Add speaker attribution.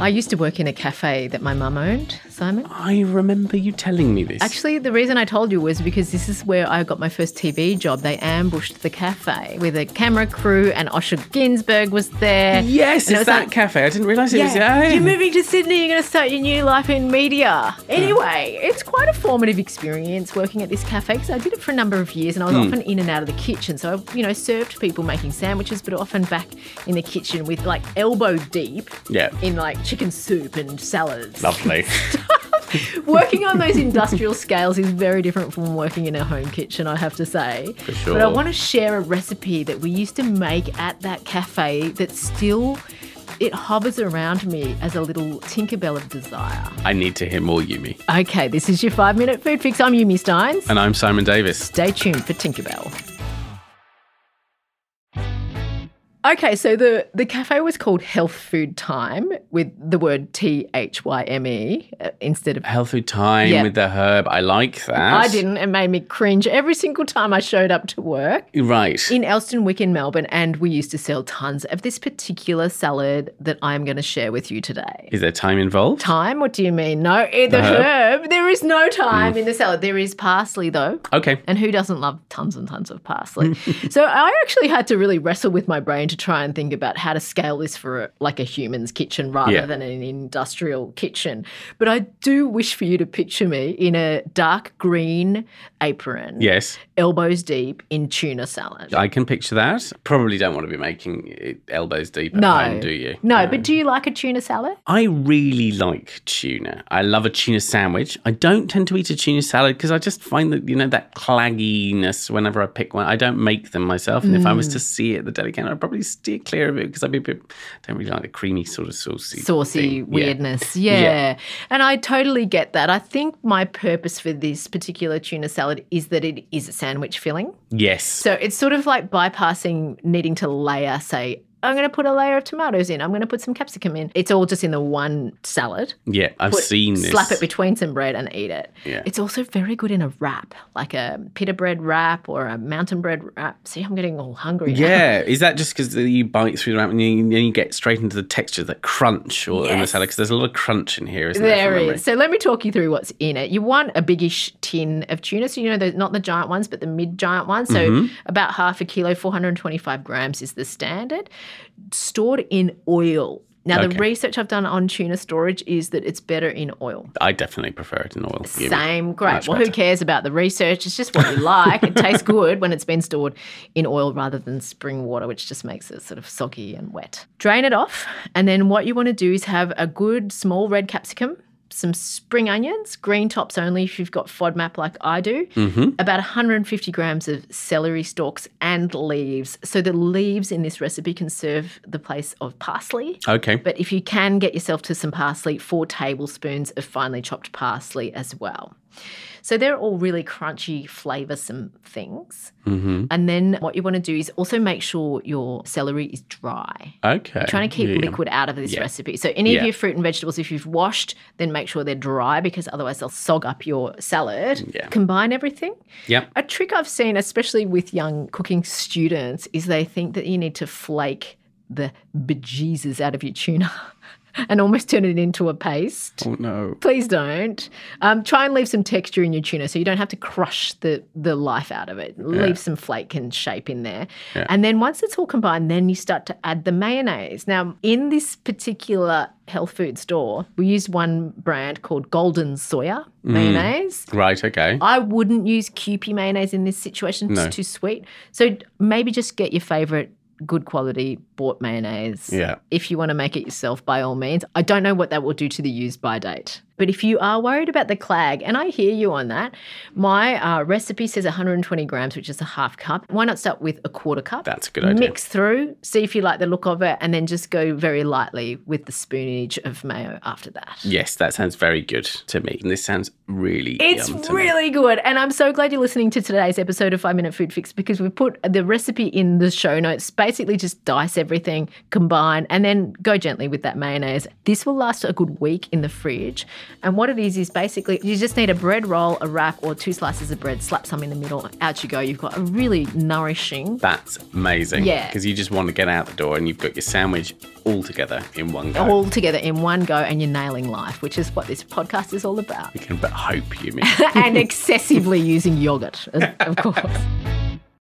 Speaker 1: I used to work in a cafe that my mum owned, Simon.
Speaker 2: I remember you telling me this.
Speaker 1: Actually, the reason I told you was because this is where I got my first TV job. They ambushed the cafe with a camera crew, and Osher Ginsberg was there.
Speaker 2: yes,
Speaker 1: and it
Speaker 2: it's
Speaker 1: was
Speaker 2: that
Speaker 1: like,
Speaker 2: cafe. I didn't realise it was.
Speaker 1: yeah,
Speaker 2: Yeah,
Speaker 1: you're moving to Sydney. You're going to start your new life in media. Anyway, it's quite a formative experience working at this cafe because I did it for a number of years, and I
Speaker 2: Hmm.
Speaker 1: was often in and out of the kitchen. So I, you know, served people making sandwiches, but often back in the kitchen with like elbow deep
Speaker 2: Yeah.
Speaker 1: in like chicken soup and salads.
Speaker 2: Lovely.
Speaker 1: working on those industrial scales is very different from working in a home kitchen, I have to say. For
Speaker 2: sure.
Speaker 1: But I want to share a recipe that we used to make at that cafe that still it hovers around me as a little Tinkerbell of desire.
Speaker 2: I need to hear more, Yumi.
Speaker 1: Okay, this is your five minute food fix. I'm Yumi Steins.
Speaker 2: And I'm Simon Davis.
Speaker 1: Stay tuned for Tinkerbell. Okay, so the, the cafe was called Health Food Time with the word T H Y M E uh, instead of
Speaker 2: Health food time
Speaker 1: Yeah.
Speaker 2: with the herb. I like that.
Speaker 1: I didn't. It made me cringe every single time I showed up to work
Speaker 2: Right.
Speaker 1: in Elston Wick in Melbourne, and we used to sell tons of this particular salad that I'm going to share with you today.
Speaker 2: Is there time involved?
Speaker 1: Time? What do you mean? No, in the herb. There is no time in the salad. There is parsley, though.
Speaker 2: Okay.
Speaker 1: And who doesn't love tons and tons of parsley? so I actually had to really wrestle with my brain to try and think about how to scale this for a, like a human's kitchen rather
Speaker 2: Yeah.
Speaker 1: than an industrial kitchen. But I do wish for you to picture me in a dark green apron,
Speaker 2: Yes,
Speaker 1: elbows deep in tuna salad.
Speaker 2: I can picture that. Probably don't want to be making it elbows deep at
Speaker 1: no,
Speaker 2: home, do you?
Speaker 1: No, but do you like a tuna salad?
Speaker 2: I really like tuna. I love a tuna sandwich. I don't tend to eat a tuna salad because I just find that, you know, that clagginess whenever I pick one. I don't make them myself. And if I was
Speaker 1: Mm.
Speaker 2: to see it at the deli counter, I'd probably steer clear of it because I'd be a bit, I don't really like the creamy sort of saucy.
Speaker 1: saucy
Speaker 2: thing. Yeah.
Speaker 1: weirdness. Yeah.
Speaker 2: Yeah.
Speaker 1: And I totally get that. I think my purpose for this particular tuna salad is that it is a sandwich filling.
Speaker 2: Yes.
Speaker 1: So it's sort of like bypassing needing to layer, say, I'm going to put a layer of tomatoes in. I'm going to put some capsicum in. It's all just in the one salad.
Speaker 2: yeah, I've
Speaker 1: Put-
Speaker 2: seen this.
Speaker 1: Slap it between some bread and eat it.
Speaker 2: Yeah.
Speaker 1: It's also very good in a wrap, like a pita bread wrap or a mountain bread wrap. See, I'm getting all hungry. now.
Speaker 2: Yeah, is that just because you bite through the wrap and you, and you get straight into the texture, that crunch or in the
Speaker 1: Yes.
Speaker 2: salad? Because there's a lot of crunch in here, isn't there?
Speaker 1: There
Speaker 2: from
Speaker 1: is.
Speaker 2: memory?
Speaker 1: So let me talk you through what's in it. You want a biggish tin of tuna. So, you know, the, not the giant ones, but the mid giant ones. So,
Speaker 2: Mm-hmm.
Speaker 1: about half a kilo, 425 grams is the standard, stored in oil. Now, the
Speaker 2: Okay.
Speaker 1: research I've done on tuna storage is that it's better in oil.
Speaker 2: I definitely prefer it in oil. Yumi.
Speaker 1: Same, great.
Speaker 2: Much
Speaker 1: well, who
Speaker 2: better.
Speaker 1: cares about the research? It's just what you like. it tastes good when it's been stored in oil rather than spring water, which just makes it sort of soggy and wet. Drain it off, and then what you want to do is have a good small red capsicum. Some spring onions, green tops only if you've got FODMAP like I do,
Speaker 2: Mm-hmm.
Speaker 1: about 150 grams of celery stalks and leaves. So the leaves in this recipe can serve the place of parsley.
Speaker 2: Okay.
Speaker 1: But if you can get yourself to some parsley, four tablespoons of finely chopped parsley as well. So they're all really crunchy, flavoursome things. Mm-hmm. And then what you want to do is also make sure your celery is dry.
Speaker 2: okay.
Speaker 1: Trying to keep
Speaker 2: Yeah.
Speaker 1: liquid out of this recipe. So any of
Speaker 2: Yeah.
Speaker 1: your fruit and vegetables, if you've washed, then make sure they're dry because otherwise they'll sog up your salad.
Speaker 2: Yeah.
Speaker 1: Combine everything.
Speaker 2: Yep.
Speaker 1: A trick I've seen, especially with young cooking students, is they think that you need to flake the bejesus out of your tuna and almost turn it into a paste.
Speaker 2: Oh no.
Speaker 1: Please don't. Um, try and leave some texture in your tuna so you don't have to crush the, the life out of it. Leave some flake and shape in there. And then once it's all combined, then you start to add the mayonnaise. Now, in this particular health food store, we use one brand called Golden Soya mayonnaise.
Speaker 2: Right. Okay.
Speaker 1: I wouldn't use Kewpie mayonnaise in this situation. It's
Speaker 2: No.
Speaker 1: too sweet. So maybe just get your favorite good quality bought mayonnaise.
Speaker 2: Yeah.
Speaker 1: If you want to make it yourself, by all means. I don't know what that will do to the use by date. But if you are worried about the clag, and I hear you on that, my uh, recipe says 120 grams, which is a half cup. Why not start with a quarter cup?
Speaker 2: That's a good idea.
Speaker 1: Mix through, see if you like the look of it, and then just go very lightly with the spoonage of mayo after that.
Speaker 2: Yes, that sounds very good to me. And this sounds really
Speaker 1: It's
Speaker 2: yum to me.
Speaker 1: really good. And I'm so glad you're listening to today's episode of Five Minute Food Fix because we put the recipe in the show notes. Basically, just dice everything, combine, and then go gently with that mayonnaise. This will last a good week in the fridge And what it is is basically you just need a bread roll, a wrap, or two slices of bread, slap some in the middle, out you go. You've got a really nourishing.
Speaker 2: That's amazing.
Speaker 1: Yeah.
Speaker 2: Because you just want to get out the door and you've got your sandwich all together in one go.
Speaker 1: All together in one go, and you're nailing life, which is what this podcast is all about.
Speaker 2: You can but hope you mean.
Speaker 1: and excessively using yogurt, of of course.